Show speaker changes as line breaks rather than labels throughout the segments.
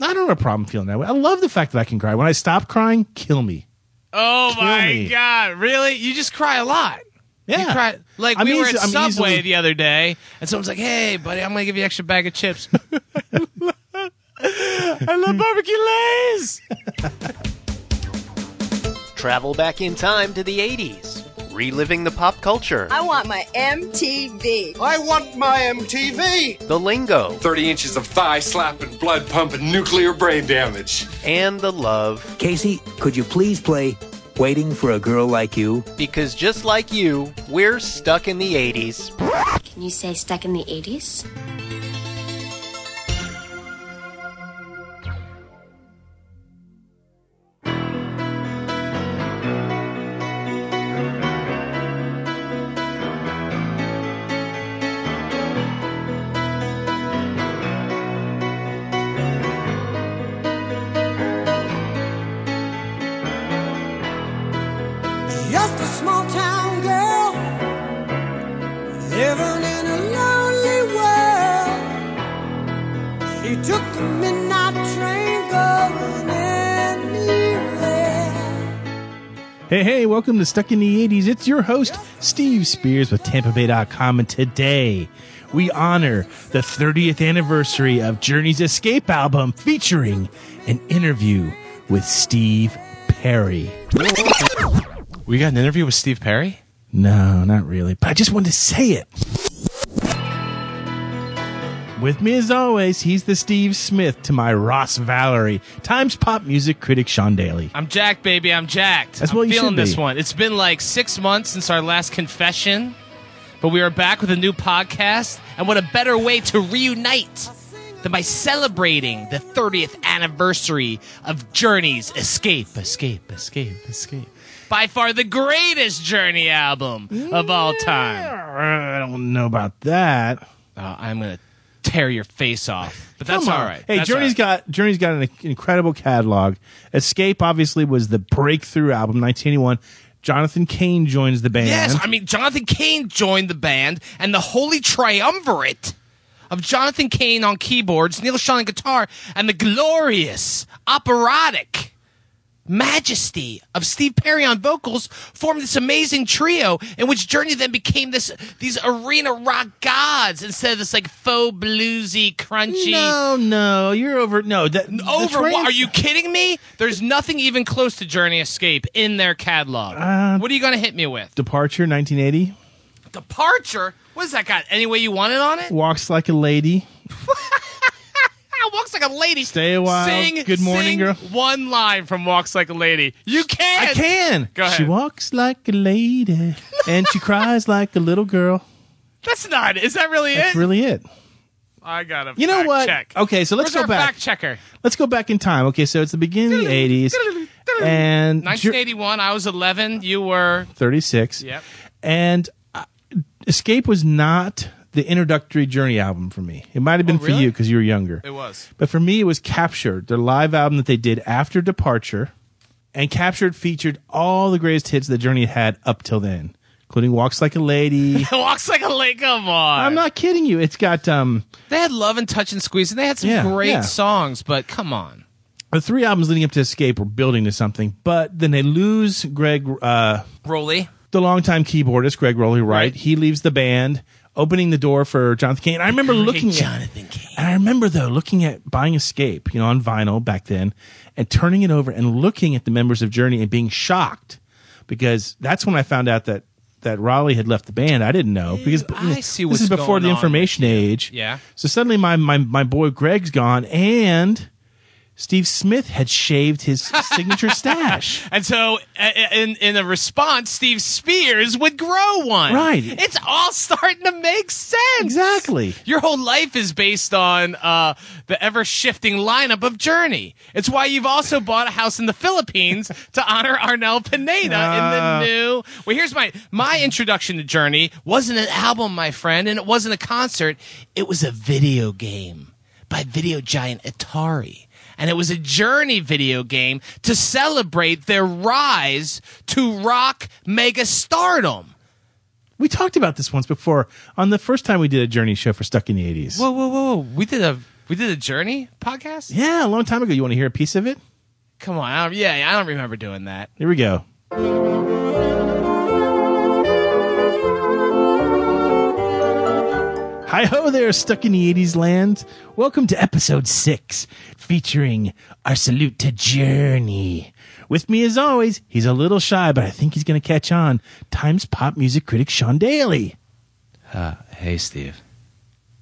I don't have a problem feeling that way. I love the fact that I can cry. When I stop crying, kill me.
Oh
Kill
my
me.
god! Really? You just cry a lot.
Yeah,
You cry like
I'm
we were
easy-
at
I'm
Subway
easily-
the other day, and someone's like, "Hey, buddy, I'm gonna give you an extra bag of chips."
I love barbecue lays.
Travel back in time to the 80s, reliving the pop culture,
I want my MTV.
I want my MTV.
the lingo,
30 inches of thigh slapping, blood pumping, nuclear brain damage.
and the love,
Casey, could you please play Waiting for a Girl Like You?
because just like you, we're stuck in the 80s.
Can you say stuck in the 80s?
Just a small town girl living in a lonely world. She took the midnight train going anywhere.
Hey, hey, welcome to Stuck in the 80s. It's your host, Steve Spears with TampaBay.com, and today we honor the 30th anniversary of Journey's Escape album featuring an interview with Steve Perry.
we got an interview with Steve Perry.
No, not really, but I just wanted to say it. With me as always, he's the Steve Smith to my Ross Valerie, Times Pop Music critic Sean Daly.
I'm jacked, baby. I'm jacked.
That's
I'm
what you
feeling
should be.
this one. It's been like six months since our last confession, but we are back with a new podcast, and what a better way to reunite than by celebrating the 30th anniversary of Journey's Escape, Escape, Escape, Escape. By far the greatest Journey album of all time.
I don't know about that.
Uh, I'm gonna tear your face off, but that's
Come on.
all right.
Hey,
That's
Journey's
all right.
got Journey's got an incredible catalog. Escape obviously was the breakthrough album, 1981. Jonathan Cain joins the band.
Yes, I mean Jonathan Cain joined the band, and the holy triumvirate of Jonathan Cain on keyboards, Neil Sean on guitar, and the glorious operatic majesty of Steve Perry on vocals formed this amazing trio in which Journey then became this these arena rock gods instead of this like faux bluesy crunchy.
no, no, you're over. No, that, the
Over
train-
what? Are you kidding me? There's nothing even close to Journey Escape in their catalog.
Uh,
what are you gonna hit me with?
Departure 1980
Departure? What has that got? Any way you want it on it?
walks like a lady.
Ah, Walks Like a Lady.
Stay a while.
Sing,
Good morning,
sing
girl.
One line from Walks Like a Lady. You can.
I can.
Go ahead.
She walks like a lady and she cries like a little girl.
That's not. Is that really
That's
it?
really it.
I got to.
You know what? Okay, so let's
Where's
go
our
back.
Fact checker.
Let's go back in time. Okay, so it's the beginning of the 80s and Jour-
1981. I was 11. You were.
36.
Yep.
And uh, Escape was not the introductory Journey album for me. It might have been for
Oh, really?
you because you were younger.
was.
But for me, it was Captured, their live album that they did after Departure. And Captured featured all the greatest hits that Journey had up till then, including Walks Like a Lady.
Walks like a lady. Come on.
I'm not kidding you. It's got um,
They had love and touch and squeeze, and they had some
Yeah,
great
yeah.
songs. But come on.
the three albums leading up to Escape were building to something, but then they lose Greg, uh,
Rolly.
the longtime keyboardist, Greg Rowley, right?
Right.
He leaves the band, opening the door for Jonathan Cain. I remember looking at
Jonathan Cain.
And I remember though looking at buying Escape, you know, on vinyl back then, and turning it over and looking at the members of Journey and being shocked because that's when I found out that that Raleigh had left the band. I didn't know because
I see what's
this is before
going
the
on
information age.
Yeah.
So suddenly my my my boy Greg's gone and. Steve Smith had shaved his signature stash.
And so, a- a- in in a response, Steve Spears would grow one.
Right.
It's all starting to make sense.
Exactly.
Your whole life is based on uh, the ever shifting lineup of Journey. It's why you've also bought a house in the Philippines to honor Arnel Pineda in the new. Well, here's my my introduction to Journey wasn't an album, my friend, and it wasn't a concert. It was a video game by video giant Atari. And it was a Journey video game to celebrate their rise to rock mega stardom.
We talked about this once before on the first time we did a Journey show for Stuck in the 80s.
Whoa, whoa, whoa. We did a We did a Journey podcast?
Yeah, a long time ago. You want to hear a piece of it?
Come on. I don't, yeah, I don't remember doing that.
Here we go. Hi ho there, stuck in the 80s land. Welcome to episode six, featuring our salute to Journey. With me, as always, he's a little shy, but I think he's going to catch on. Times pop music critic Sean Daly.
Hey, Steve.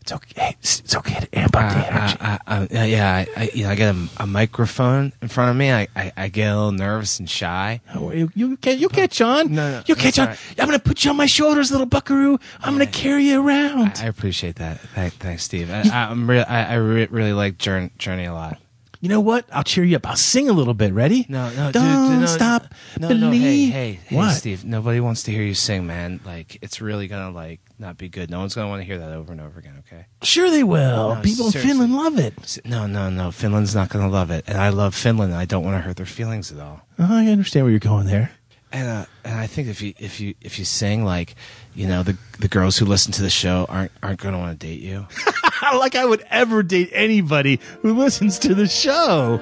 It's okay. hey, It's it's okay to amp up the
uh,
energy.
I, I, I, Uh, yeah, I, I, you know, I got a, a microphone in front of me. I, I, I get a little nervous and shy.
Oh, you, you, ca- you catch on.
No, no,
you catch
that's
on.
all right.
I'm going to put you on my shoulders, little buckaroo. I'm going to carry you around.
I appreciate that. Thank, thanks, Steve. I, I- I'm real. I, I re- really like Journey, Journey a lot.
you know what? I'll cheer you up. I'll sing a little bit. Ready?
No, no, dude,
Don't
no,
stop.
No, no, hey,
believe.
hey, hey,
what?
Steve. Nobody wants to hear you sing, man. Like, it's really gonna like not be good. No one's gonna want to hear that over and over again. Okay.
Sure, they will.
No,
People
seriously.
in Finland love it.
S- No, no, no. Finland's not gonna love it, and I love Finland. And I don't want to hurt their feelings at all.
Uh-huh, I understand where you're going there.
And uh, and I think if you if you if you sing like, you know, the the girls who listen to the show aren't aren't going to want to date you.
like I would ever date anybody who listens to the show.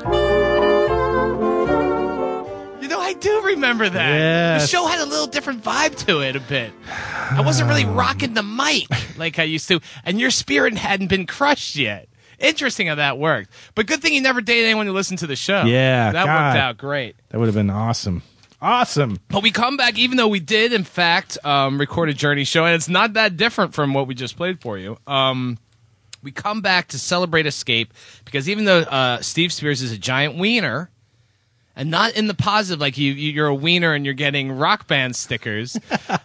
You know, I do remember that.
Yes.
The show had a little different vibe to it a bit. I wasn't really rocking the mic like I used to, and your spirit hadn't been crushed yet. Interesting how that worked. But good thing you never dated anyone who listened to the show.
Yeah,
That
God.
worked out great.
That would have been awesome. Awesome.
But we come back, even though we did, in fact, um, record a Journey show, and it's not that different from what we just played for you. Um, we come back to celebrate Escape because even though uh, Steve Spears is a giant wiener, and not in the positive, like you, you you're a wiener and you're getting rock band stickers,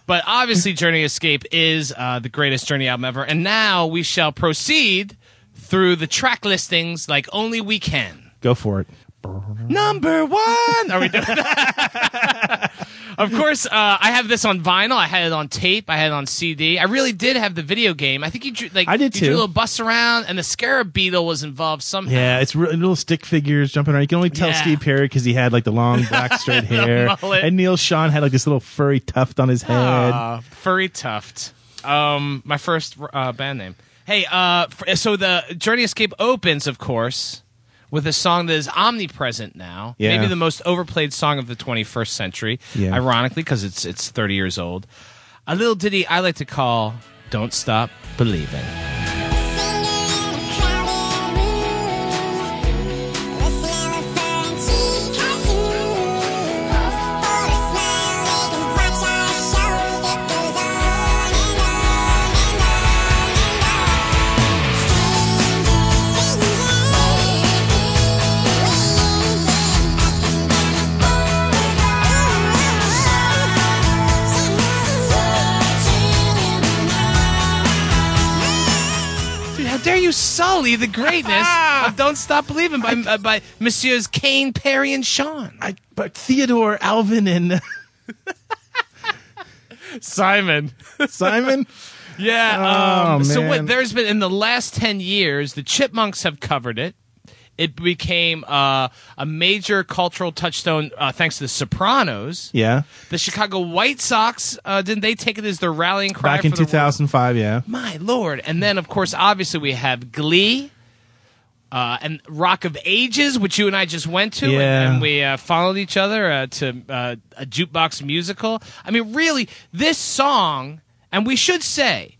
but obviously Journey Escape is uh, the greatest Journey album ever. And now we shall proceed through the track listings like only we can.
Go for it.
Number one. Are we doing that? of course, uh, I have this on vinyl. I had it on tape. I had it on CD. I really did have the video game. I think you drew, like
I did
you
too.
drew a little bus around, and the Scarab Beetle was involved somehow.
Yeah, it's re- little stick figures jumping around. You can only tell
Yeah.
Steve Perry because he had like the long black straight hair,
mullet.
and Neil Sean had like this little furry tuft on his head.
Ah, furry tuft. Um, my first uh, band name. Hey, uh, f- so the Journey Escape opens, of course, with a song that is omnipresent now.
Yeah.
Maybe the most overplayed song of the 21st century.
Yeah.
Ironically, because it's it's 30 years old. A little ditty I like to call "Don't Stop Believing." Dude, how dare you sully the greatness of "Don't Stop Believing" by uh, by Messieurs Kane, Perry, and Sean.
I, but Theodore, Alvin, and
Simon.
Simon.
Yeah.
Oh,
um, So
man.
what? There's been in the last ten years, the Chipmunks have covered it. It became uh, a major cultural touchstone uh, thanks to The Sopranos.
yeah,
The Chicago White Sox uh, didn't they take it as their rallying cry
back in
for the
2005. Yeah.
My lord! And then, of course, obviously we have Glee. Uh, and Rock of Ages, which you and I just went to, and-
Yeah.
and, we uh, followed each other uh, to uh, a jukebox musical. I mean, really, this song, and we should say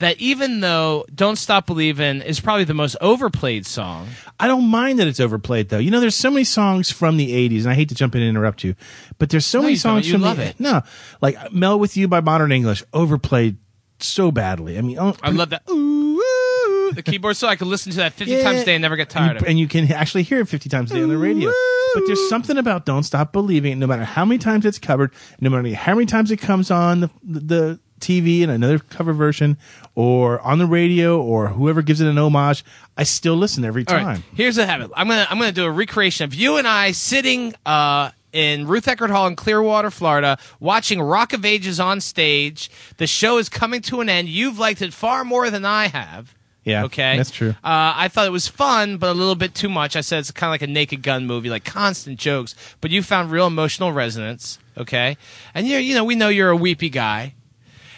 that even though "Don't Stop Believin'" is probably the most overplayed song,
I don't mind that it's overplayed though. You know, there's so many songs from the '80s, and I hate to jump in and interrupt you, but there's so many
you don't.
songs
You
from
love
the
it.
no, like "Mel with You" by Modern English, overplayed so badly. I mean, oh,
I love that. Ooh, ooh, the keyboard solo. I could listen to that fifty
Yeah.
times a day and never get tired
and
of
you,
it.
and you can actually hear it 50 times a day on the radio. But there's something about "Don't Stop Believing." No matter how many times it's covered, no matter how many times it comes on the the TV in another cover version, or on the radio, or whoever gives it an homage, I still listen every
All
time.
right, Here's the habit. I'm gonna I'm gonna do a recreation of you and I sitting uh, in Ruth Eckerd Hall in Clearwater, Florida, watching Rock of Ages on stage. The show is coming to an end. You've liked it far more than I have.
Yeah,
Okay.
that's true.
Uh, I thought it was fun, but a little bit too much. I said it's kind of like a Naked Gun movie, like constant jokes, but you found real emotional resonance. Okay. And you you know we know you're a weepy guy.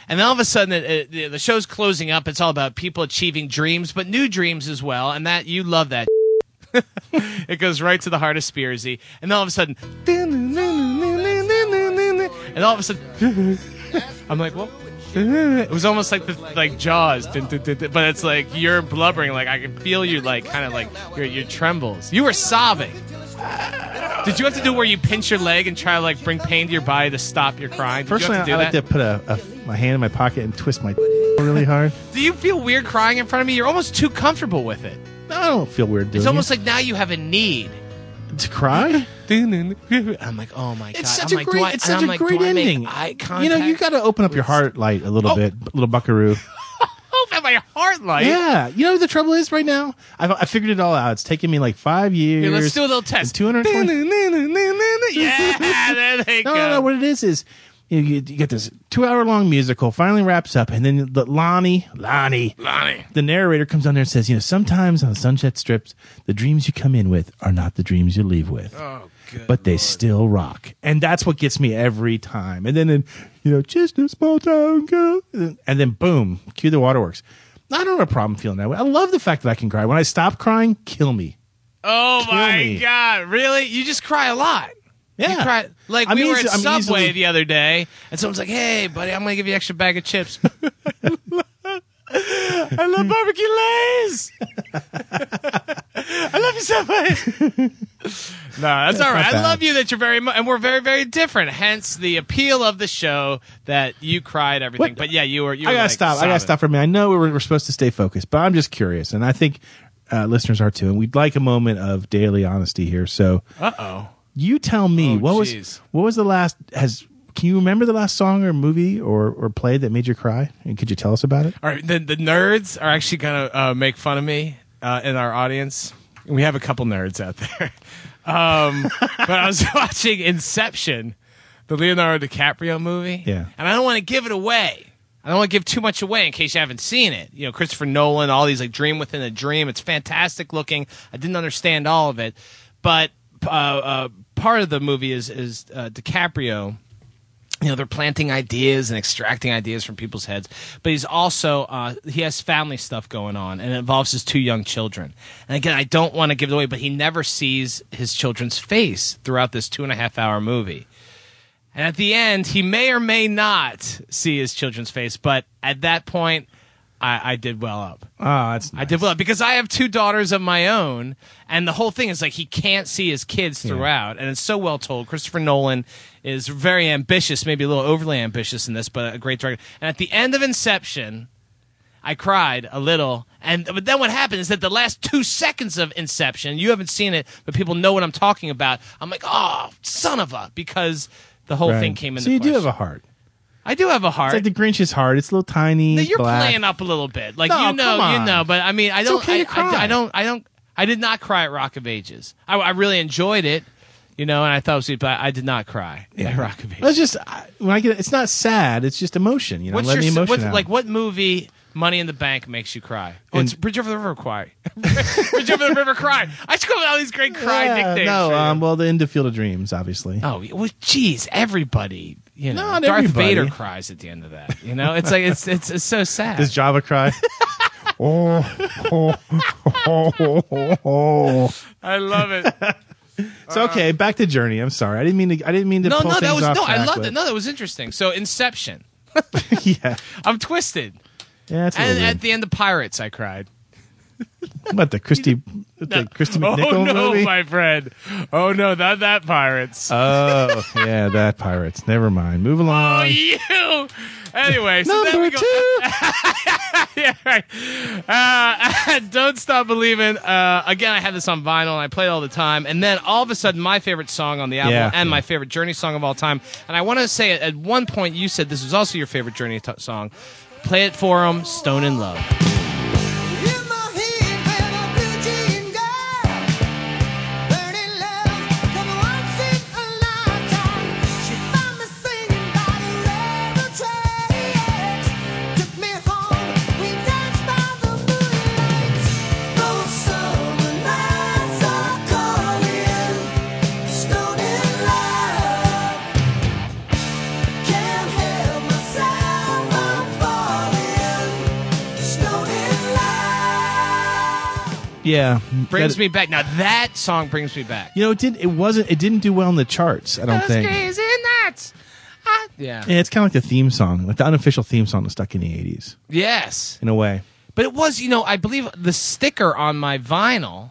And then all of a sudden, it, it, the- the show's closing up. It's all about people achieving dreams, but new dreams as well. And that you love that. it goes right to the heart of Spearsy. And then all of a sudden, and all of a sudden, I'm like, well. It was almost like the like Jaws, but it's like you're blubbering. Like I can feel you, like kind of like your your trembles. You were sobbing. Did you have to do where you pinch your leg and try to like bring pain to your body to stop your crying? Did
Personally,
you have
I
to do
like to
that?
put a, a my hand in my pocket and twist my really hard.
Do you feel weird crying in front of me? You're almost too comfortable with it.
I don't feel weird doing
It's almost
it.
like now you have a need.
to cry.
I'm like, oh my god!
It's such
I'm
a
like, do
great,
I-
it's
and
such a
I'm like, do
great
I make
ending.
Eye
you know, you
contact?
got to open up your heart light a little bit, little buckaroo.
Oh, I have my heart light.
yeah, you know what the trouble is right now. I've I figured it all out. It's taken me like five years.
Here, let's do a little test.
Two hundred twenty.
Yeah, there they
No,
go.
no, no. What it is is you, you, you get this two-hour-long musical finally wraps up, and then the Lonnie, Lonnie,
Lonnie.
the narrator comes on there and says, you know, sometimes on Sunset Strips, the dreams you come in with are not the dreams you leave with. Oh, good but they still rock. And that's what gets me every time. And then, then you know, just a small town girl. And then- and then boom, cue the waterworks. I don't have a problem feeling that way. I love the fact that I can cry. When I stop crying, kill me.
Oh
Kill
my
me.
god! Really? You just cry a lot.
Yeah.
You cry, like
I'm
we were
easy-
at
I'm
Subway
easily-
the other day, and someone's like, "Hey, buddy, I'm gonna give you an extra bag of chips." I love barbecue lays. I love you so much. no, that's all right. I
bad.
love you that you're very much, and we're very, very different. Hence the appeal of the show that you cried everything.
What-
But yeah, you were. You
I
were,
gotta
like,
stop. I gotta
sobbing.
stop for a minute. I know we were, we're supposed to stay focused, but I'm just curious, and I think uh, listeners are too. And we'd like a moment of daily honesty here. So, uh oh, you tell me
Oh,
what
jeez.
was what was the last has. Can you remember the last song or movie or, or play that made you cry? And could you tell us about it?
All right, the, the nerds are actually going to uh, make fun of me uh, in our audience. We have a couple nerds out there. Um, but I was watching Inception, the Leonardo DiCaprio movie.
Yeah.
And I don't want to give it away. I don't want to give too much away in case you haven't seen it. You know, Christopher Nolan, all these like Dream Within a Dream. It's fantastic looking. I didn't understand all of it. But uh, uh, part of the movie is, is uh, DiCaprio you know they're planting ideas and extracting ideas from people's heads but he's also uh, he has family stuff going on and it involves his two young children and again i don't want to give it away but he never sees his children's face throughout this two and a half hour movie and at the end he may or may not see his children's face but at that point i, I did well up
Ah, that's
I did well because I have two daughters of my own, and the whole thing is like he can't see his kids throughout, and it's so well told. Christopher Nolan is very ambitious, maybe a little overly ambitious in this, but a great director. And at the end of Inception, I cried a little. And but then what happened is that the last two seconds of Inception, you haven't seen it, but people know what I'm talking about. I'm like, oh, son of a, because the whole thing came in.
So you do have a heart.
I do have a heart.
It's like the Grinch's heart. It's a little tiny.
No, you're
black.
playing up a little bit. Like
No,
you know,
come
you
on.
know. But I mean, I don't.
okay to
I,
cry.
I, I don't. I don't. I did not cry at Rock of Ages. I, I really enjoyed it, you know, and I thought it was sweet, but I did not cry at Rock of Ages.
That's just I, when I get. It's not sad. It's just emotion. You know,
What's
let
your
the
s-
emotion
what's,
out.
like? What movie? Money in the Bank makes you cry. Oh, it's Bridge over the River Cry. Bridge over the River Cry. I just come up with all these great cry
Yeah,
nicknames.
No,
for you.
um, well, the end of Field of Dreams, obviously.
Oh well, geez, everybody. You know,
Not
Darth
everybody.
Vader cries at the end of that. You know, it's like it's it's, it's so sad.
Does Java cry?
Uh, I love it.
So okay, back to Journey. I'm sorry, I didn't mean to. I didn't mean to.
No,
pull
no, that
things
was
off
no. I
track
loved
with-
it. No, that was interesting. So Inception.
yeah,
I'm twisted.
yeah. It's a
And
little
at
weird.
the end of Pirates, I cried.
what the Christy, the Christy McNichol
oh no,
movie?
my friend. Oh no, not that Pirates.
oh yeah, that pirates. Never mind. Move along.
oh, you. Anyway, so then we
Number
go.
two.
yeah, right. Uh, Don't Stop Believing. Uh, again, I had this on vinyl and I played it all the time. And then all of a sudden, my favorite song on the album
Yeah.
and my favorite Journey song of all time. And I want to say, at one point, you said this was also your favorite Journey t- song. Play it for them, Stone in Love.
In my head, when a blue jean girl, burning love, 'cause once in a lifetime, she found me singing by the railroad tracks. Took me home, we danced by the moonlight. Those summer nights are calling, stone in love. Can't help myself, I'm
yeah,
Brings
That-
me back. Now that song brings me back.
You know, it did. It wasn't. It didn't do well in the charts. I don't
Those
think.
days and nights. I- yeah.
Yeah, it's kind of like the theme song, like the unofficial theme song that's stuck in the '80s
Yes.
in a way.
But it was, you know, I believe the sticker on my vinyl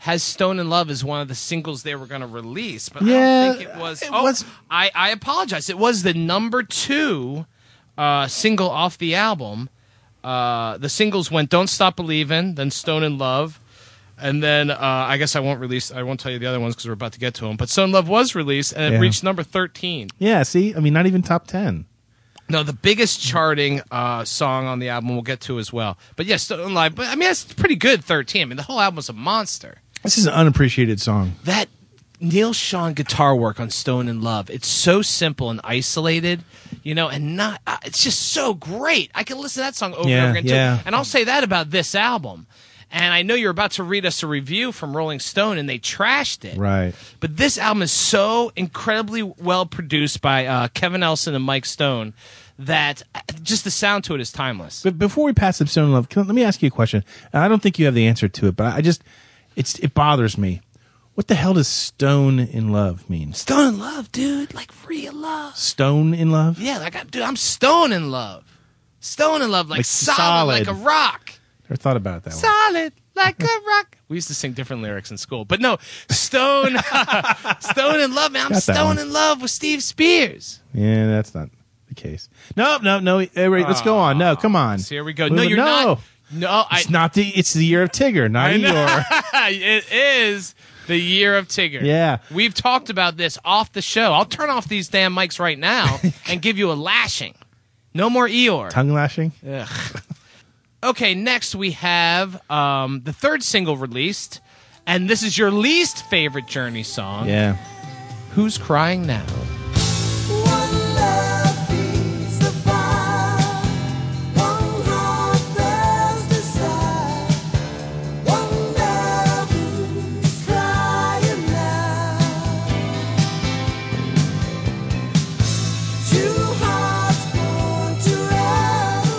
has "Stone in Love" as one of the singles they were going to release. But I
Yeah,
don't think it was.
it
oh,
was-
I, I apologize. It was the number two uh, single off the album. Uh, the singles went "Don't Stop Believin'," then "Stone in Love." And then uh, I guess I won't release. I won't tell you the other ones because we're about to get to them. But "Stone in Love" was released and it
Yeah.
reached number thirteen.
Yeah. See, I mean, not even top ten.
No, the biggest charting uh, song on the album we'll get to as well. But yes, Stone in Live. But I mean, that's pretty good. Thirteen. I mean, the whole album's a monster.
This is an unappreciated song.
That Neil Sean guitar work on Stone in Love. It's so simple and isolated, you know, and not. Uh, it's just so great. I can listen to that song over
Yeah,
and over again. too.
yeah.
And I'll say that about this album. And I know you're about to read us a review from Rolling Stone, and they trashed it.
Right.
But this album is so incredibly well produced by uh, Kevin Elson and Mike Stone that uh, just the sound to it is timeless.
But before we pass up Stone in Love, can, let me ask you a question. And I don't think you have the answer to it, but I, I just it's it bothers me. What the hell does Stone in Love mean?
Stone in love, dude. Like real love.
Stone in Love?
Yeah, like I, dude, I'm stone in love. Stone in love, like,
Like
solid,
solid.
like a rock.
Never thought about it that way.
Solid, like a rock. We used to sing different lyrics in school, but no, stone, stone in love, man. I'm
Got that
stone
one.
in love with Steve Spears.
Yeah, that's not the case. No, no, no. eh, wait, let's go on. No, come on.
So here we go.
Move
No,
it-
you're not. No, I,
It's not the. It's the year of Tigger, not Eeyore.
it is the year of Tigger.
Yeah.
We've talked about this off the show. I'll turn off these damn mics right now and give you a lashing. No more Eeyore.
Tongue lashing.
Okay, next we have um, the third single released, and this is your least favorite Journey song.
Yeah.
Who's Crying Now?
One love feeds the fire. One heart bears desire. Wonder who's crying now. Two hearts born to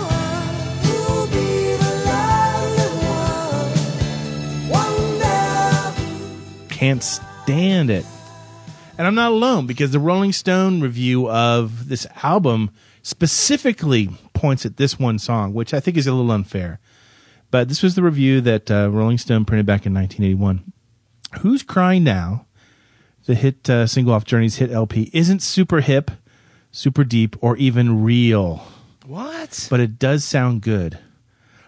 run. Who'll be the lonely one? Wonder
Can't stand it. And I'm not alone because the Rolling Stone review of this album specifically points at this one song, which I think is a little unfair. But this was the review that uh, Rolling Stone printed back in 1981. Who's Crying Now? The hit uh, single off Journey's hit LP isn't super hip, super deep, or even real.
What?
but it does sound good.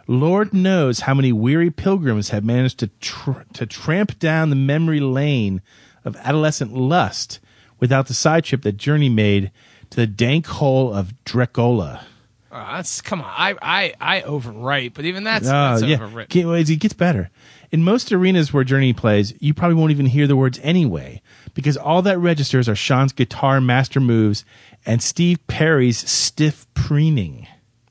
Lord knows how many weary pilgrims have managed to tr- to tramp down the memory lane of adolescent lust without the side trip that Journey made to the dank hole of Drecola.
Oh, that's come on. I I I overwrite, but even that's,
Oh,
that's
yeah.
overwritten.
Get- well, It gets better. In most arenas where Journey plays, you probably won't even hear the words anyway, because all that registers are Sean's guitar master moves and Steve Perry's stiff preening.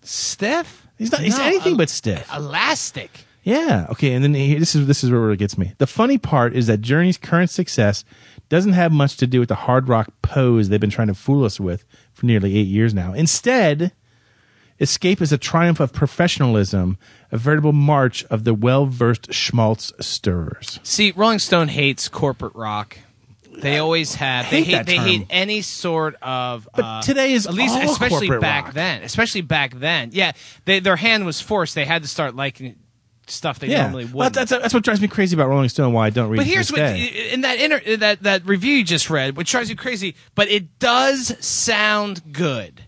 stiff.
He's not. he's
No,
anything
el-
but stiff.
elastic.
Yeah. Okay. And then he, this is this is where it really gets me. The funny part is that Journey's current success doesn't have much to do with the hard rock pose they've been trying to fool us with for nearly eight years now. Instead, Escape is a triumph of professionalism, a veritable march of the well-versed schmaltz stirrers.
See, Rolling Stone hates corporate rock. They always have. They
hate
hate.
that
they
term.
hate any sort of.
But
uh,
today is
at least,
all
especially
corporate
back
rock.
then. Especially back then. Yeah, they, their hand was forced. They had to start liking stuff they
Yeah,
normally would.
well, that's that's what drives me crazy about Rolling Stone. Why I don't read.
but
it to
here's
this
what
day.
in that inter- that that review you just read, which drives you crazy, but it does sound good.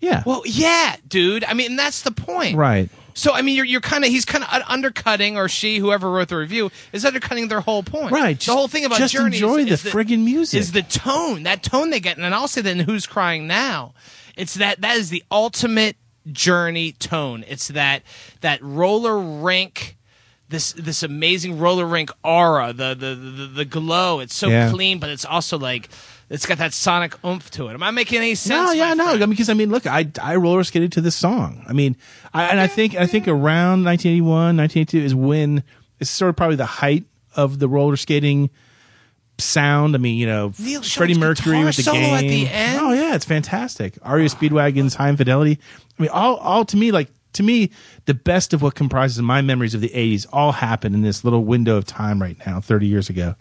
yeah.
Well, yeah, dude. I mean, that's the point,
right.
So I mean, you're you're kind of he's kind of undercutting, or she, whoever wrote the review, is undercutting their whole point.
Right,
the
just-
whole thing about
just
Journey is-
enjoy the
is
friggin' music.
is the tone that tone they get, and I'll say that in Who's Crying Now, it's that that is the ultimate Journey tone. It's that that roller rink. This this amazing roller rink aura, the the the, the glow. It's so
Yeah.
clean, but it's also like it's got that sonic oomph to it. Am I making any sense?
No, yeah,
my
no. I
friend?
mean, because I mean, look, I I roller skated to this song. I mean, I, and I think I think around 1981, 1982 is when it's sort of probably the height of the roller skating sound. I mean, you know,
Neil Sean's
Freddie Mercury
guitar
with the
solo
game.
at the end?
Oh yeah, it's fantastic. Aria Speedwagon's High Infidelity. I mean, all all to me like to me, the best of what comprises my memories of the 80s all happened in this little window of time right now, 30 years ago.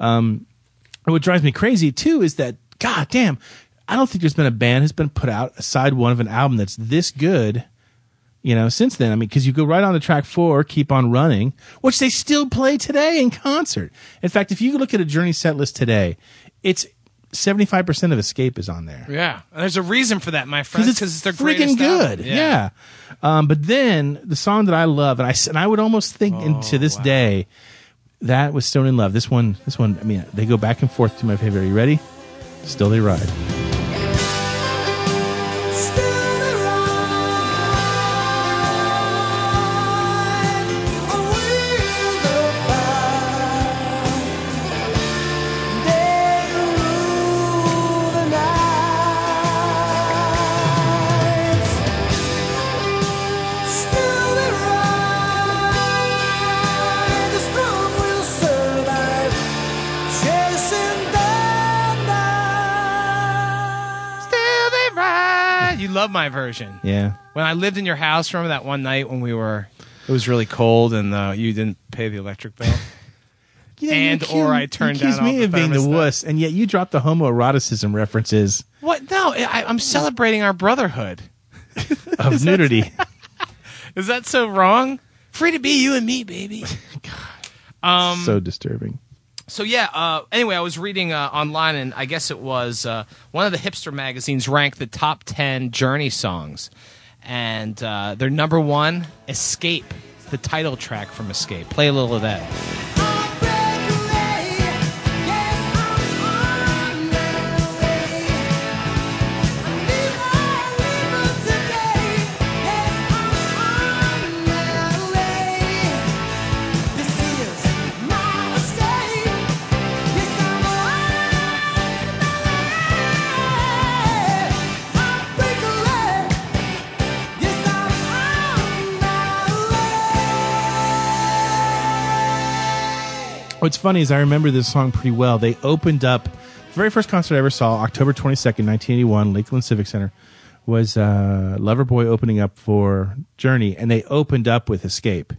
Um, And what drives me crazy too is that god damn i don't think there's been a band who's been put out aside one of an album that's this good you know since then i mean because you go right on to track four keep on running which they still play today in concert in fact if you look at a journey set list today it's 75% of escape is on there
Yeah, and there's a reason for that, my friend.
because it's,
Because their
freaking
greatest album.
good. Yeah. Um, but then the song that I love, and I s- and I would almost think, and to
Oh,
this day, that was Stone in Love. This one, this one. I mean, they go back and forth to my favorite. Are you ready? Still they ride.
Chasing down the
Still they ride. You love my version.
Yeah.
When I lived in your house, remember that one night when we were, it was really cold and uh, you didn't pay the electric bill.
Yeah, you
And
accuse-
or I
you
turned
accuse
down all
me
the
of being the
thermostat.
wuss, and yet you dropped the homoeroticism references
what? No, I, I'm celebrating our brotherhood.
of nudity.
Is that so wrong? Free to be you and me, baby.
so disturbing.
So yeah. Uh, anyway, I was reading uh, online, and I guess it was uh, one of the hipster magazines ranked the top ten Journey songs, and uh, their number one, "Escape," the title track from Escape. Play a little of that.
What's funny is I remember this song pretty well. They opened up the very first concert I ever saw, October twenty second, nineteen eighty one, Lakeland Civic Center, was uh, Loverboy opening up for Journey, and they opened up with Escape.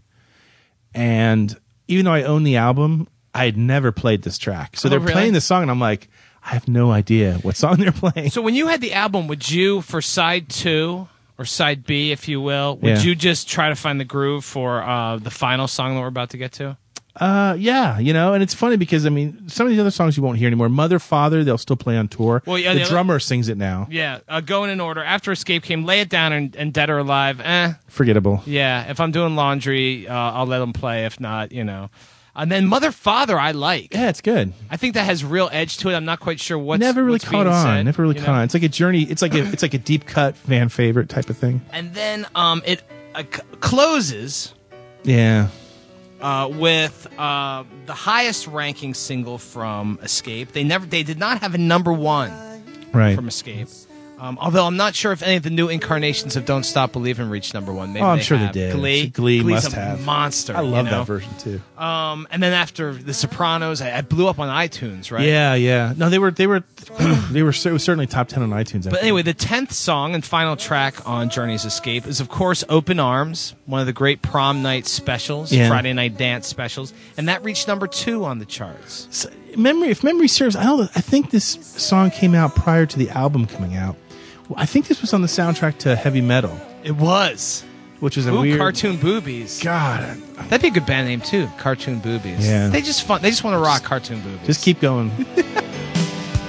And even though I own the album, I had never played this track, so
Oh,
they're
really?
playing this song, and I'm like, I have no idea what song they're playing.
So when you had the album, would you for side two or side B, if you will, would
Yeah.
you just try to find the groove for uh, the final song that we're about to get to?
Uh, yeah, you know, and it's funny because I mean, some of these other songs you won't hear anymore. Mother, Father, they'll still play on tour.
Well, yeah,
the
the other-
drummer sings it now.
Yeah, uh, going in order. After Escape came, Lay It Down and, and Dead or Alive. Eh,
Forgettable.
yeah. If I'm doing laundry, uh, I'll let them play. If not, you know. And then Mother Father, I like.
Yeah, it's good.
I think that has real edge to it. I'm not quite sure what's
never really
what's
caught
being
on.
said,
never really
you know?
caught on. It's like a journey. It's like a it's like a deep cut fan favorite type of thing.
And then um, it uh, c- closes
Yeah,
uh, with uh, the highest ranking single from Escape. They never, they did not have a number one
right.
from Escape. Um, although I'm not sure if any of the new incarnations of Don't Stop Believing reached number one. Maybe
Oh, I'm
they
sure they
have.
did.
Glee,
Glee
Glee's
must
a
have.
monster.
I love
you know?
that version too.
Um, and then after The Sopranos, I, I blew up on iTunes, right?
Yeah, yeah. No, they were they were they were cer- certainly top ten on iTunes. I
But
think.
anyway, the tenth song and final track on Journey's Escape is, of course, "Open Arms," one of the great prom night specials,
Yeah.
Friday night dance specials, and that reached number two on the charts.
So, memory, if memory serves, I don't. I think this song came out prior to the album coming out. Well, I think this was on the soundtrack to Heavy Metal,
It was.
which was a
Ooh,
weird
cartoon boobies.
God,
That'd be a good band name too. Cartoon boobies.
Yeah.
They just fun. They just want to rock cartoon boobies.
Just keep going.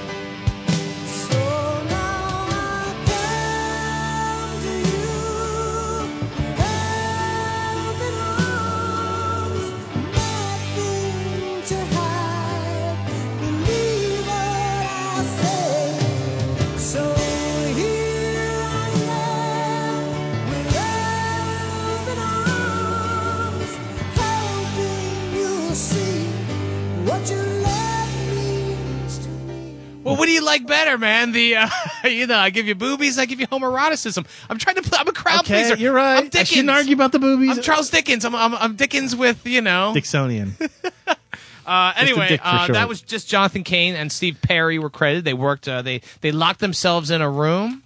So now I come to you, open arms, nothing to hide. Believe what I say. So here I am, with open arms, hoping you'll see what your love means to me.
Well, what do you like better, man? The uh, you know, I give you boobies, I give you homoeroticism. I'm trying to. Pl- I'm a crowd
okay,
pleaser.
you're right.
I'm
I
Dickens.
shouldn't argue about the boobies.
I'm Charles Dickens. I'm, I'm, I'm Dickens with you know.
Dixonian.
Uh, anyway,
Dick for
uh, that
short.
was just Jonathan Cain and Steve Perry were credited. They worked. Uh, they they locked themselves in a room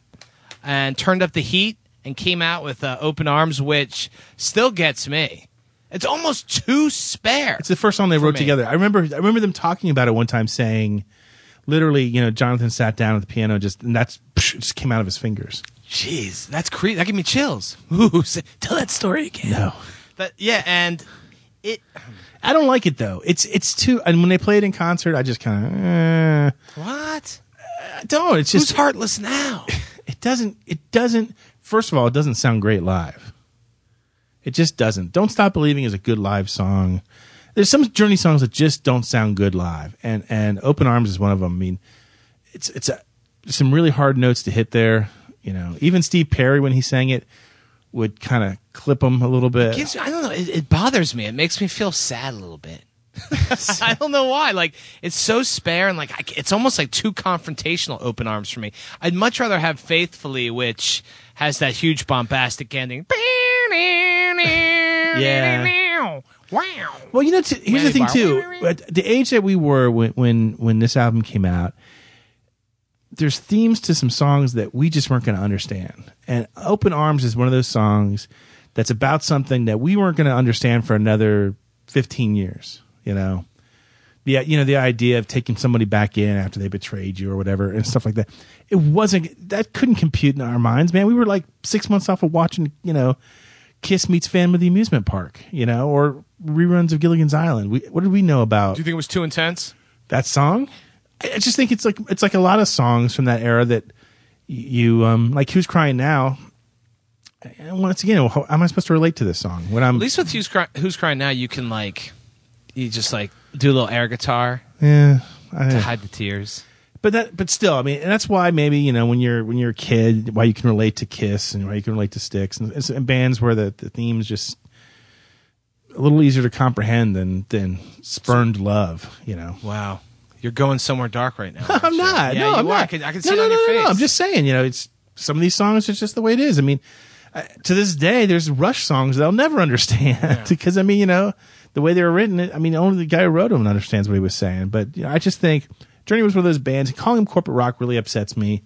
and turned up the heat and came out with uh, Open Arms, which still gets me. It's almost two spare.
It's the first song they wrote
me.
together. I remember I remember them talking about it one time saying literally, you know, Jonathan sat down at the piano just and that's psh, it just came out of his fingers.
Jeez, that's creepy. That gave me chills. Ooh, say- tell that story again.
No.
That, yeah, and it.
I don't like it though. It's it's too and when they play it in concert, I just eh. kind of eh,
What?
I don't. It's
Who's
just
heartless now?
it doesn't it doesn't first of all, it doesn't sound great live. It just doesn't. Don't Stop Believing is a good live song. There's some Journey songs that just don't sound good live, and and Open Arms is one of them. I mean, it's it's a, some really hard notes to hit there. You know, even Steve Perry when he sang it would kind of clip them a little bit.
Gives- I don't know. It, it bothers me. It makes me feel sad a little bit. I don't know why. Like it's so spare and like I, c- it's almost like too confrontational. Open arms for me. I'd much rather have faithfully, which has that huge bombastic ending.
Yeah.
Wow.
Well, you know, t- here's the thing
Whammy
too. At the age that we were when when when this album came out, there's themes to some songs that we just weren't going to understand. And Open Arms is one of those songs that's about something that we weren't going to understand for another 15 years. You know, the you know the idea of taking somebody back in after they betrayed you or whatever and stuff like that. It wasn't that couldn't compute in our minds, man. We were like six months off of watching, you know, Kiss meets Fan with the Amusement Park, you know, or reruns of Gilligan's Island. We, what did we know about
Do you think it was too intense?
that song? I, I just think it's like it's like a lot of songs from that era that y- you um like. Who's crying now? And Once again, how am I supposed to relate to this song when I'm
At least with who's crying, who's crying now, you can like, you just like do a little air guitar
yeah? I-
to hide the tears.
but that but still i mean and that's why maybe you know when you're when you're a kid why you can relate to kiss and why you can relate to sticks and, it's- and bands where the, the theme's just a little easier to comprehend than than spurned love you know
Wow, you're going somewhere dark right now. aren't
i'm
you?
not
Yeah,
no
you
i'm
are.
not
I can, I can
no,
see it
no,
on
no,
your
no,
face.
no i'm just saying you know it's some of these songs it's just the way it is i mean I, to this day there's rush songs that i'll never understand because i mean you know the way they were written i mean only the guy who wrote them understands what he was saying but you know, i just think journey was one of those bands calling them corporate rock really upsets me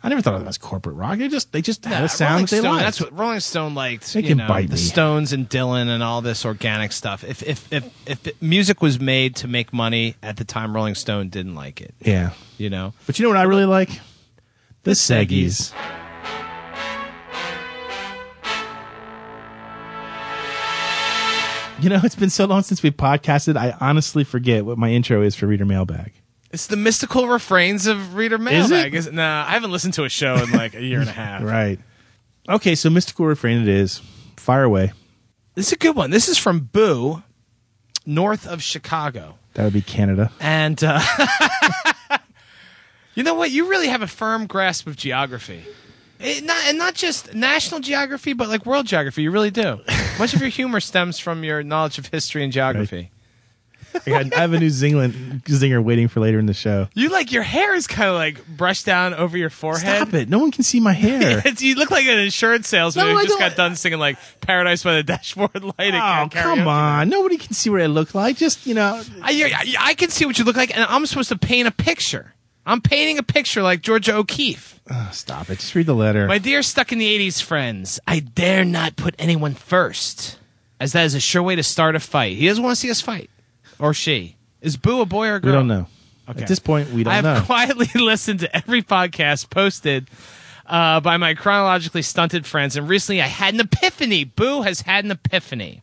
I never thought of them as corporate rock. They just they just had a sound
Rolling
that they
Stone,
liked.
That's what Rolling Stone liked.
They
you
can
know,
bite
the
me.
Stones and Dylan and all this organic stuff. If if if if it- music was made to make money at the time, Rolling Stone didn't like it.
yeah.
You know,
But you know what I really like? The Seggies. You know, it's been so long since we podcasted. I honestly forget what my intro is for Reader Mailbag.
it's the mystical refrains of Reader Mailbag.
it?
Is Nah, I haven't listened to a show in like a year and a half.
Right. Okay, so mystical refrain it is. Fire away.
This is a good one. This is from Boo, north of Chicago.
That would be Canada.
And uh, you know what? You really have a firm grasp of geography. It, not, and not just national geography, but like world geography. You really do. Much of your humor stems from your knowledge of history and geography.
I, got- I have a new Zingland zinger waiting for later in the show.
You like your hair is kind of like brushed down over your forehead.
Stop it. No one can see my hair.
It's, you look like an insurance salesman
No,
who
I
just
don't-
got done singing like "Paradise by the Dashboard Light." at
oh,
karaoke.
come on. Nobody can see what I look like. Just, you know,
I, I, I can see what you look like, and I'm supposed to paint a picture. I'm painting a picture like Georgia O'Keeffe.
uh, Stop it. Just read the letter.
My dear stuck in the 80s friends, I dare not put anyone first, as that is a sure way to start a fight. He doesn't want to see us fight. Or she. Is Boo a boy or a
we
girl?
don't know.
Okay.
At this point, we don't
I have
know.
quietly listened to every podcast posted uh, by my chronologically stunted friends, and recently I had an epiphany. Boo has had an epiphany.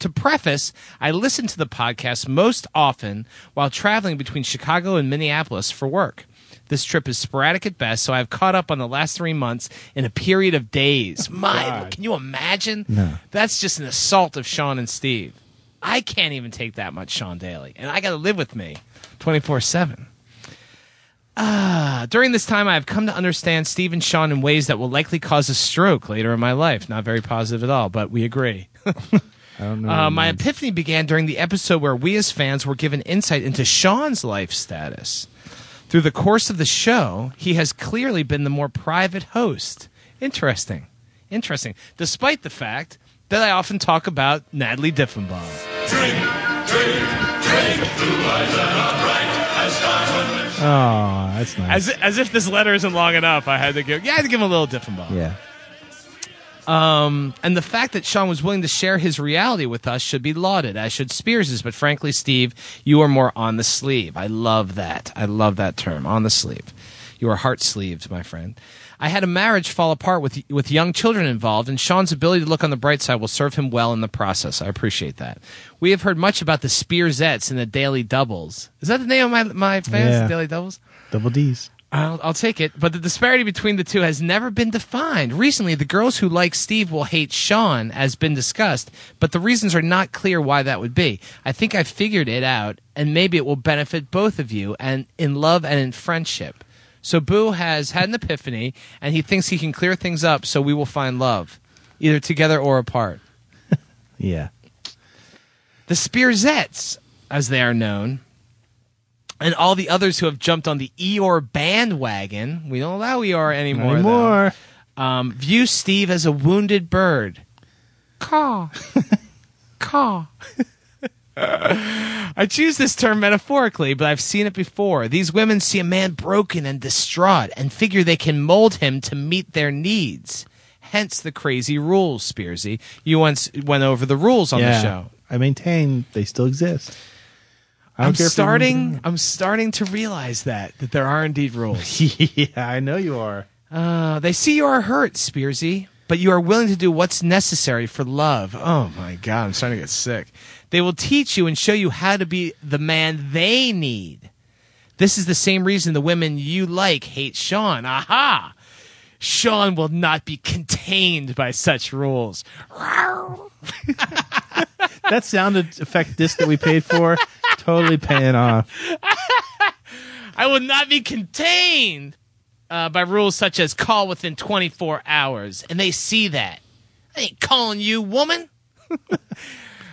To preface, I listen to the podcast most often while traveling between Chicago and Minneapolis for work. This trip is sporadic at best, so I've caught up on the last three months in a period of days. My, can you imagine?
No.
That's just an assault of Sean and Steve. I can't even take that much Sean Daly, and I got to live with me 24 7. Uh, during this time, I have come to understand Steve and Sean in ways that will likely cause a stroke later in my life. Not very positive at all, but we agree. Uh, my epiphany began during the episode where we as fans were given insight into Sean's life status. Through the course of the show, he has clearly been the more private host. Interesting. Interesting. Despite the fact that I often talk about Natalie Diffenbaugh.
Oh, that's nice.
As, as if this letter isn't long enough, I had to give, yeah, I had to give him a little Diffenbaugh.
yeah.
Um, and the fact that Sean was willing to share his reality with us should be lauded, as should Spears's. But frankly, Steve, you are more on the sleeve. I love that. I love that term, on the sleeve. You are heart sleeved, my friend. I had a marriage fall apart with with young children involved, and Sean's ability to look on the bright side will serve him well in the process. I appreciate that. We have heard much about the Spearsettes and the Daily Doubles. Is that the name of my my fans?
Yeah.
the Daily Doubles.
Double D's.
I'll, I'll take it. But the disparity between the two has never been defined. Recently, the girls who like Steve will hate Sean, as been discussed, but the reasons are not clear why that would be. I think I figured it out, and maybe it will benefit both of you, and in love and in friendship. So Boo has had an epiphany, and he thinks he can clear things up. So we will find love, either together or apart.
Yeah.
The Spearzettes, as they are known, and all the others who have jumped on the Eeyore bandwagon. We don't allow Eeyore anymore.
More.
though. Um, view Steve as a wounded bird. Caw. Caw. I choose this term metaphorically, but I've seen it before. These women see a man broken and distraught and figure they can mold him to meet their needs. Hence the crazy rules, Spearsy. You once went over the rules on the show.
I maintain they still exist. I don't care
I'm
if you're-
starting. I'm starting to realize that that there are indeed rules.
yeah, I know you are.
Uh, they see you are hurt, Spearsy, but you are willing to do what's necessary for love. Oh my God, I'm starting to get sick. They will teach you and show you how to be the man they need. This is the same reason the women you like hate Sean. Aha! Sean will not be contained by such rules.
That sound effect disc that we paid for, totally paying off.
I will not be contained uh, by rules such as call within 24 hours. And they see that. I ain't calling you, woman.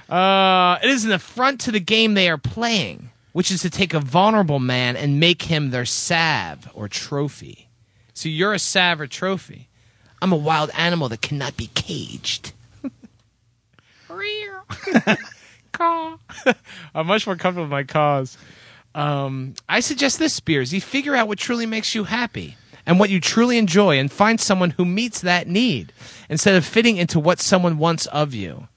uh, it is an affront to the game they are playing, which is to take a vulnerable man and make him their salve or trophy. So you're a salve or trophy. I'm a wild animal that cannot be caged. Rear. Caw. I'm much more comfortable with my cause. Um, I suggest this, Spears. You figure out what truly makes you happy and what you truly enjoy and find someone who meets that need instead of fitting into what someone wants of you.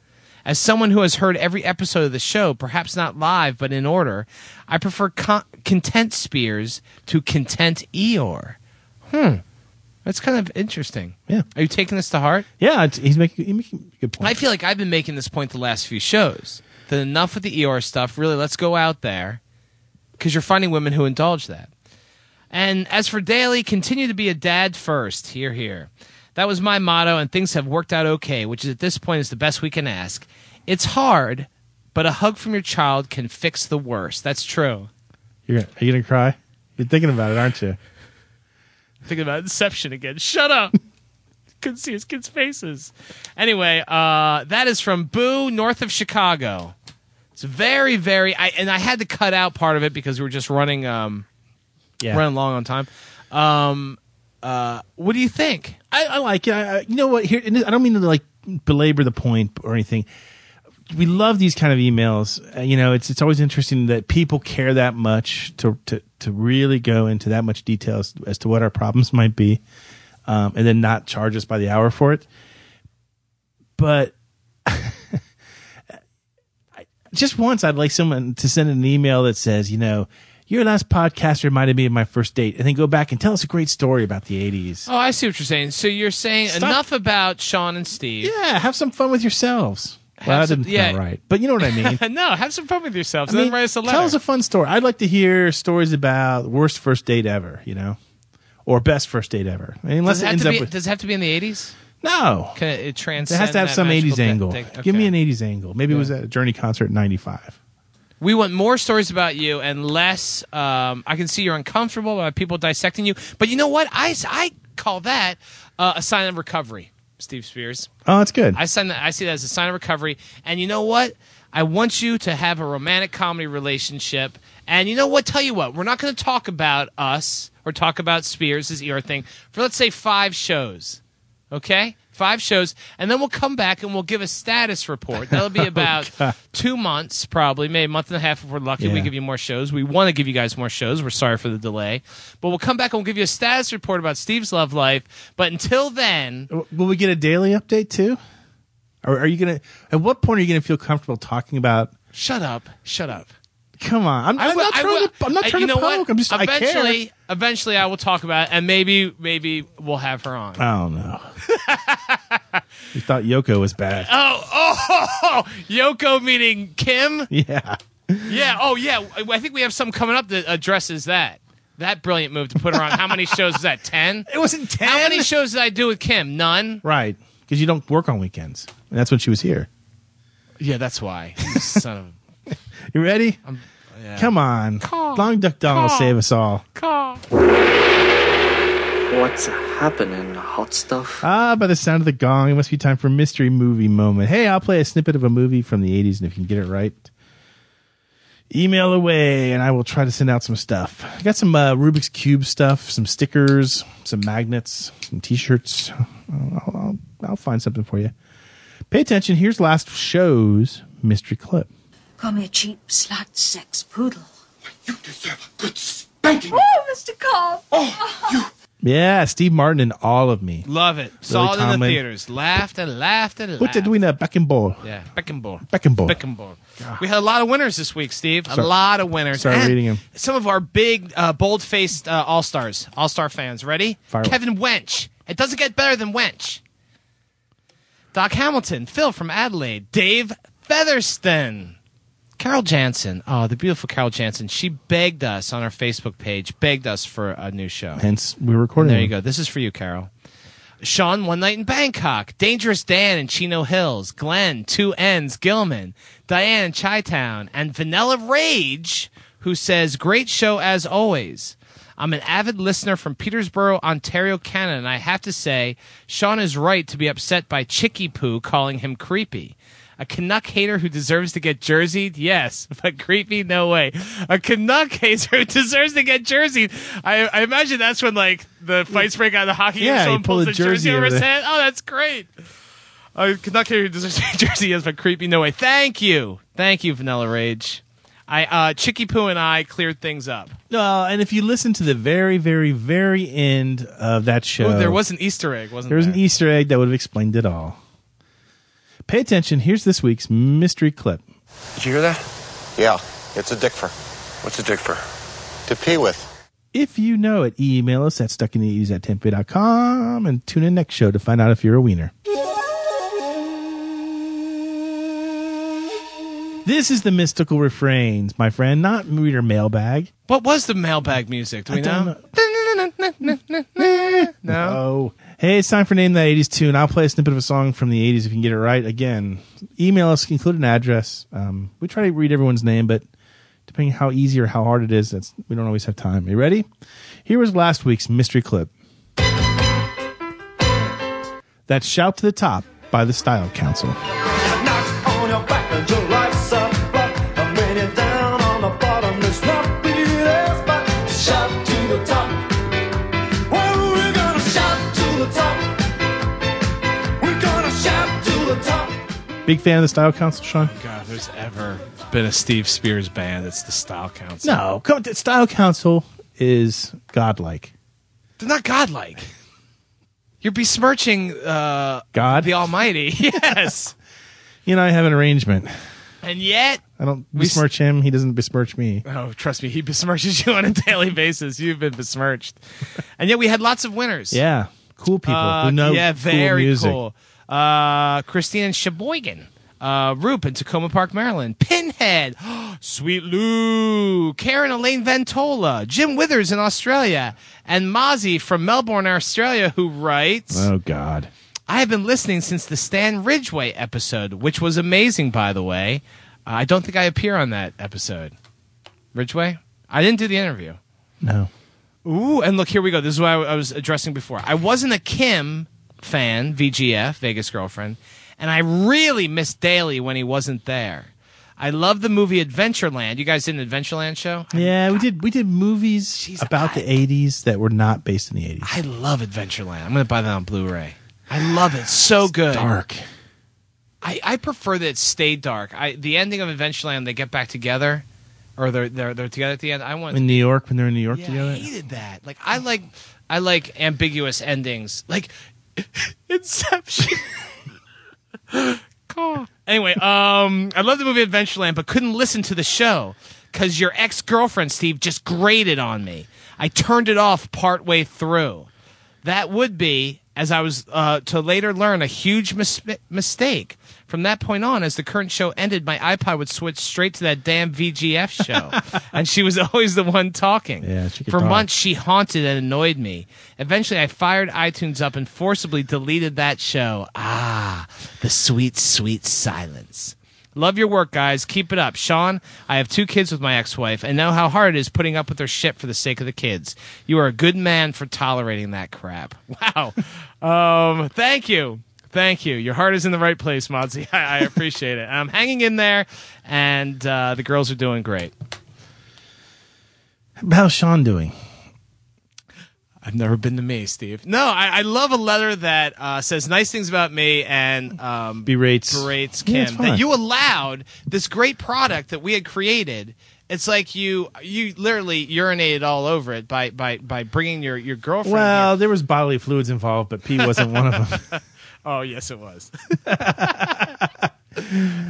As someone who has heard every episode of the show, perhaps not live but in order, I prefer con- content Spears to content Eeyore. Hmm. That's kind of interesting.
Yeah.
Are you taking this to heart?
Yeah, it's, he's making, he's making a good point.
I feel like I've been making this point the last few shows. That enough with the ER stuff. Really, let's go out there because you're finding women who indulge that. And as for daily, continue to be a dad first. Here, here. That was my motto, and things have worked out okay, which is at this point is the best we can ask. It's hard, but a hug from your child can fix the worst. That's true.
You're gonna, are you gonna cry? You're thinking about it, aren't you?
thinking about Inception again. Shut up. Couldn't see his kids' faces. Anyway, uh, that is from Boo, north of Chicago. It's very, very. I, and I had to cut out part of it because we were just running, um,
Yeah.
running long on time. Um, uh, what do you think?
I, I like it. I, I, you know what? Here, and I don't mean to like belabor the point or anything. We love these kind of emails. Uh, you know, it's it's always interesting that people care that much to to to really go into that much detail as, as to what our problems might be, um, and then not charge us by the hour for it. But just once I'd like someone to send an email that says, you know, your last podcast reminded me of my first date, and then go back and tell us a great story about the eighties.
Oh, I see what you're saying. So you're saying
Stop-
enough about Sean and Steve.
Yeah, have some fun with yourselves. Well, that
some-
didn't
yeah.
sound right, but you know what I mean.
no, have some fun with
I
yourselves. and
mean,
then write us a letter.
Tell us a fun story. I'd like to hear stories about worst first date ever. You know, or best first date ever. I mean, unless
does,
it
it have
ends
to
up
be,
with
does it have to be in the 80s?
no.
Can it, it transcend?
It has to have
that
some
magical
'80s
di-
angle.
thing?
Give me
Okay.
an '80s angle. Maybe it was at a Journey concert in '95.
We want more stories about you and less. Um, I can see you're uncomfortable about people dissecting you, but you know what? I, I call that uh, a sign of recovery, Steve Spears.
Oh, that's good.
I sign that. I see that as a sign of recovery. And you know what? I want you to have a romantic comedy relationship. And you know what? Tell you what, we're not going to talk about E us or talk about Spears' ER thing for let's say five shows. Okay, five shows, and then we'll come back and we'll give a status report. That'll be about two months, probably, maybe a month and a half if we're lucky. We
Yeah.
give you more shows. We want to give you guys more shows. We're sorry for the delay. But we'll come back and we'll give you a status report about Steve's love life. But until then,
W- Will we get a daily update too? Or are you gonna? At what point are you gonna feel comfortable talking about?
shut up. Shut up.
Come on, I'm, I'm
will-
not trying
will-
to. I'm not
I-
trying
you know
to
what?
poke. I'm just. I
eventually,
care.
eventually, I will talk about it, and maybe, maybe we'll have her on.
I don't know. you thought Yoko was bad.
Oh, oh, Yoko meaning Kim.
yeah.
Yeah. Oh, yeah. I I think we have some coming up that addresses that. That brilliant move to put her on. How many shows is that? Ten.
It wasn't ten.
How many shows did I do with Kim? None.
Right, because you don't work on weekends. And that's when she was here.
Yeah, that's why. You Son of. a-
You ready? Come on. Long Duck Dong will save us all.
What's happening, hot stuff?
Ah, by the sound of the gong, it must be time for mystery movie moment. Hey, I'll play a snippet of a movie from the 80s, and if you can get it right, email away, and I will try to send out some stuff. I got some uh, Rubik's Cube stuff, some stickers, some magnets, some t shirts. I'll, I'll, I'll find something for you. Pay attention. Here's last show's mystery clip.
Call me a cheap slut sex poodle.
You deserve a good spanking. Oh,
Oh, Mr. Cobb.
Yeah, Steve Martin and all of me.
Love it. Saw it in the
Tomlin.
theaters. Laughed and laughed and laughed.
What did we know? Back and ball.
Yeah, Beckenbauer.
Beckenbauer.
Beckenbauer. We had a lot of winners this week, Steve. A lot of winners.
Start
And
Ah. reading 'em.
Some of our big, uh, bold-faced uh, all-stars, all-star fans. Ready?
Fire away.
Kevin Wench. It doesn't get better than Wench. Doc Hamilton, Phil from Adelaide, Dave Featherston. Carol Jansen, oh, the beautiful Carol Jansen. She begged us on our Facebook page, begged us for a new show.
Hence, we're recording.
There you go. This is for you, Carol. Sean, One Night in Bangkok. Dangerous Dan in Chino Hills. Glenn, Two Ends, Gilman. Diane, Chitown. And Vanilla Rage, who says, Great show as always. I'm an avid listener from Petersboro, Ontario, Canada, and I have to say, Sean is right to be upset by Chicky Poo calling him creepy. A Canuck hater who deserves to get jerseyed? Yes, but creepy? No way. A Canuck hater who deserves to get jerseyed? I, I imagine that's when, like, the fights break out of the hockey
Yeah,
and
you
someone
pull
pulls
the
the
jersey
jersey, over
over
his
the-
head. Oh, that's great. A Canuck hater who deserves to get jersey? Yes, but creepy? No way. Thank you. Thank you, Vanilla Rage. I uh, Chicky Poo and I cleared things up.
Uh, and if you listen to the very, very, very end of that show,
Ooh, there was an Easter egg, wasn't
there
there?
was an Easter egg that would have explained it all. Pay attention. Here's this week's mystery clip.
Did you hear that?
Yeah, it's a dick for
What's a dick for?
to pee with.
If you know it, email us at stuckinthe80s at tempeh.com and tune in next show to find out if you're a wiener. This is the mystical refrains, my friend, not reader mailbag.
What was the mailbag music? Do we
E- don't
know?
No. Oh. Hey, it's time for Name That 80s Tune. I'll play a snippet of a song from the 80s if you can get it right. Again, email us, include an address. Um, we try to read everyone's name, but depending on how easy or how hard it is, that's, we don't always have time. You ready? Here was last week's mystery clip. That's Shout to the Top by the Style Council.
Knock on your back and your life's a rock. A minute down on the bottom, there's nothing else but to shout to the top. Well, we're gonna shout to the top. We're gonna shout to the top.
Big fan of the Style Council, Sean?
God, there's ever been a Steve Spears band that's the Style Council.
No, come, the Style Council is godlike.
They're not godlike. You're besmirching uh,
God?
the Almighty. Yes.
You know, I have an arrangement.
and yet,
I don't
s-
besmirch him. He doesn't besmirch me.
oh, trust me, he besmirches you on a daily basis. You've been besmirched. And yet, we had lots of winners.
Yeah, cool people
Uh,
who know
yeah,
cool
very
music.
cool. Uh, Christine and Sheboygan. Uh, Roop in Tacoma Park, Maryland. Pinhead. Sweet Lou. Karen Elaine Ventola. Jim Withers in Australia. And Mozzie from Melbourne, Australia, who writes
Oh God,
I have been listening since the Stan Ridgway episode, which was amazing, by the way. Uh, I don't think I appear on that episode. Ridgway? I didn't do the interview.
no.
Ooh, and look, here we go. This is what I, I was addressing before. I wasn't a Kim fan, VGF, Vegas Girlfriend, and I really missed Daly when he wasn't there. I love the movie Adventureland. You guys did an Adventureland show?
Yeah, we did we did movies
Jeez,
about
I-
the '80s that were not based in the '80s.
I love Adventureland. I'm going to buy that on Blu ray. I love it. So good.
Dark.
I, I prefer that it stay dark. I the ending of Adventureland, they get back together, or they're they're, they're together at the end. I want.
In New York, when they're in New York
yeah,
together.
I hated that. Like I like I like ambiguous endings. Like Inception. Cool. Ah. Anyway, um, I love the movie Adventureland, but couldn't listen to the show because your ex girlfriend Steve just grated on me. I turned it off partway through. That would be, as I was uh, to later learn, a huge mis- mistake. From that point on, as the current show ended, my iPod would switch straight to that damn VGF show, and she was always the one talking.
Yeah, she could
For
talk.
months, she haunted and annoyed me. Eventually, I fired iTunes up and forcibly deleted that show. Ah, the sweet, sweet silence. Love your work, guys. Keep it up. Sean, I have two kids with my ex wife and know how hard it is putting up with their shit for the sake of the kids. You are a good man for tolerating that crap. Wow. um, thank you. Thank you. Your heart is in the right place, Modsy. I, I appreciate it. I'm hanging in there, and uh, the girls are doing great.
How's Sean doing?
I've never been to me, Steve. No, I, I love a letter that uh, says nice things about me and um,
Berates.
berates
Yeah,
Kim.
it's fine.
that you allowed this great product that we had created. It's like you you literally urinated all over it by by by bringing your your girlfriend.
Well,
here.
there was bodily fluids involved, but pee wasn't one of them.
oh yes, it was.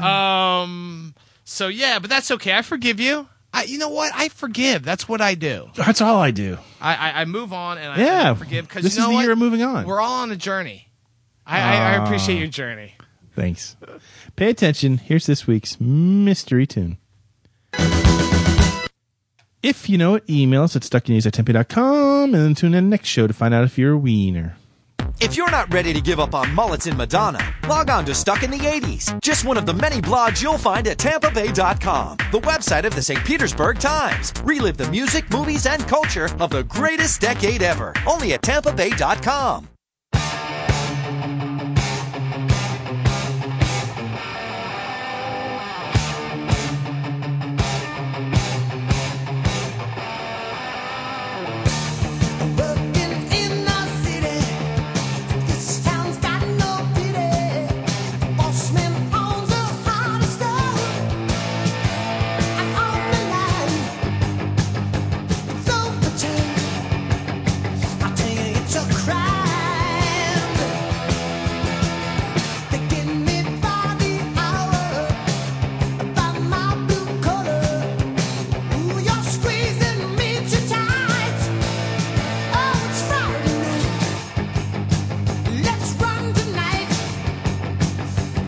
um. Um, So yeah, but that's okay. I forgive you. I, you know what? I forgive. That's what I do.
That's all I do.
I, I, I move on and I,
Yeah.
I forgive because
This
you
is
know
the
what?
year of moving on. Ah.
We're all on a journey. I, I, I appreciate your journey.
Thanks. Pay attention. Here's this week's mystery tune. If you know it, email us at stuckinnews at and then tune in next show to find out if you're a wiener.
If you're not ready to give up on mullets and Madonna, log on to Stuck in the 80s, just one of the many blogs you'll find at TampaBay.com, the website of the St. Petersburg Times. Relive the music, movies, and culture of the greatest decade ever, only at TampaBay.com.
Squeezing me too tight. Oh, it's Friday night. Let's run tonight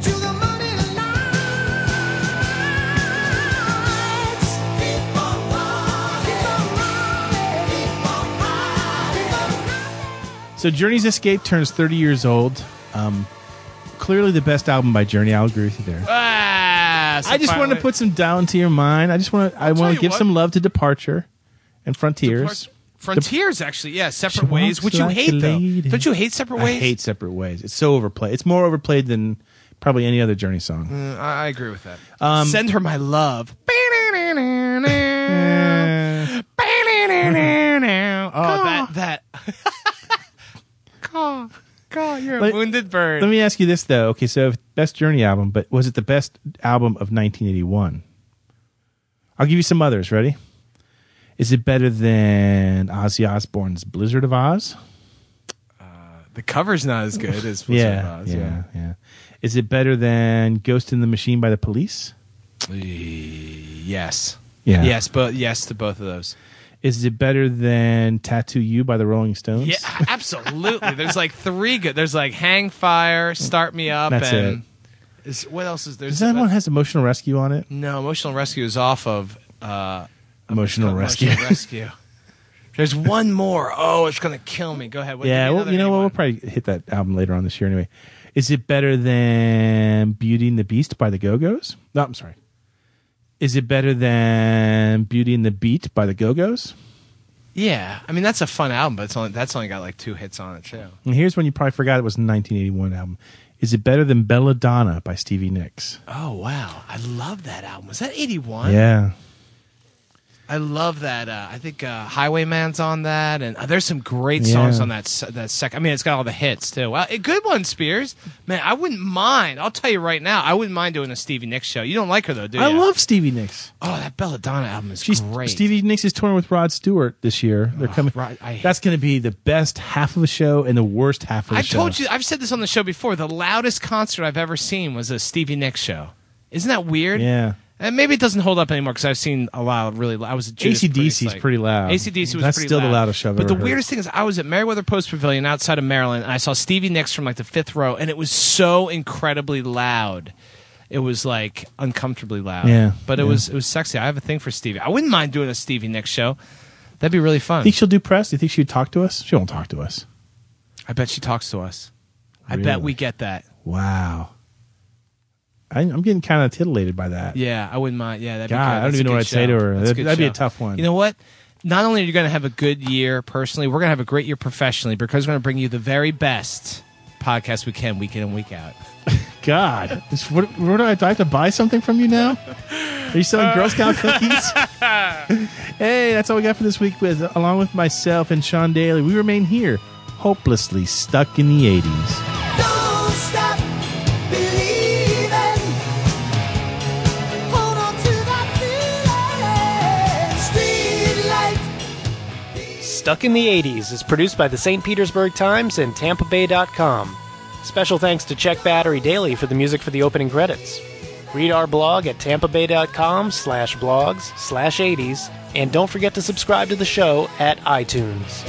to the morning light. Keep on walking, keep on running, keep on hiding, keep on
So Journey's Escape turns 30 years old. Um, clearly the best album by Journey. I'll agree with you there.
Ah, so
I just wanted
finally-
to put some down to your mind. I just want to. I
tell
want
you
to give
what.
some love to Departure and Frontiers.
Frontiers. Frontiers, actually, yeah,
She
separate ways,
walks
which you
like a
hate though.
lady.
Don't you hate separate
I
ways?
hate Separate Ways. It's so overplayed. It's more overplayed than probably any other Journey song.
Mm, I I agree with that.
Um,
Send her my love.
Oh,
Mm.
Eh.
Oh, that that. Caw, caw, you're a
Let-
wounded bird.
Let me ask you this though. Okay, so best Journey album, but was it the best album of 1981? I'll give you some others. Ready? Is it better than Ozzy Osbourne's Blizzard of Oz?
the cover's not as good as Wizard of
Yeah,
Oz,
yeah, yeah, Is it better than Ghost in the Machine by the Police?
Yes.
Yeah.
Yes, but yes to both of those.
Is it better than Tattoo You by the Rolling Stones?
Yeah, absolutely. There's like three good. There's like Hang Fire, Start Me Up,
That's
and is, what else is there?
Does that one has Emotional Rescue on it?
no, Emotional Rescue is off of uh,
Emotional Rescue.
Emotional Rescue. There's one more. Oh, it's gonna kill me. Go ahead. What,
yeah,
give me
well,
another
you know what?
name
We'll
one.
probably hit that album later on this year anyway. Is it better than Beauty and the Beast by the Go Go's? No, I'm sorry. Is it better than Beauty and the Beat by the Go Go's?
Yeah, I mean that's a fun album, but it's only that's only got like two hits on it too.
And here's one you probably forgot it was a 1981 album. Is it better than Belladonna by Stevie Nicks?
Oh wow, I love that album. Was that eighty one?
Yeah.
I love that. Uh, I think uh, Highwayman's on that, and uh, there's some great
Yeah.
songs on that. se- That second, I mean, it's got all the hits too. Wow, a good one, Spears. Man, I wouldn't mind. I'll tell you right now, I wouldn't mind doing a Stevie Nicks show. You don't like her though, do you?
I love Stevie Nicks.
Oh, that Belladonna album is
She's
great. Oh,
Stevie Nicks is touring with Rod Stewart this year. They're coming.
Rod- I-
That's going to be the best half of a show and the worst half of the
I've
show.
told you, I've said this on the show before. The loudest concert I've ever seen was a Stevie Nicks show. Isn't that weird?
Yeah.
And Uh, maybe it doesn't hold up anymore because I've seen a lot of really. loud- I was at Judas
AC/DC
Priest,
is
like-
pretty loud.
ACDC was
That's
pretty
still
loud.
the loudest show I've
But
ever
the
heard.
weirdest thing is, I was at Meriwether Post Pavilion outside of Maryland, and I saw Stevie Nicks from like the fifth row, and it was so incredibly loud. It was like uncomfortably loud.
Yeah,
But it
yeah.
was it was sexy. I have a thing for Stevie. I wouldn't mind doing a Stevie Nicks show. That'd be really fun.
Think she'll do press? Do you think she'd talk to us? She won't talk to us.
I bet she talks to us. I bet
Really?
we get that.
Wow. I, I'm getting kind of titillated by that.
Yeah, I wouldn't mind. Yeah, that'd
God,
be good.
I don't
That's a
even know
good
what I'd say
show.
to her.
That's
That'd-
good
that'd be a
show.
tough one.
You know what? Not only are you going to have a good year personally, we're going to have a great year professionally because we're going to bring you the very best podcast we can, week in and week out.
God, Is- what, what do I, do I have to buy something from you now? Are you selling Girl Scout cookies? hey, that's all we got for this week. With along with myself and Sean Daly, we remain here, hopelessly stuck in the '80s.
Don't stop believing. Hold on to that feeling. Streetlight.
Stuck in the 80s is produced by the St. Petersburg Times and TampaBay.com. Special thanks to Check Battery Daily for the music for the opening credits. Read our blog at tampabay.com slash blogs slash 80s, and don't forget to subscribe to the show at iTunes.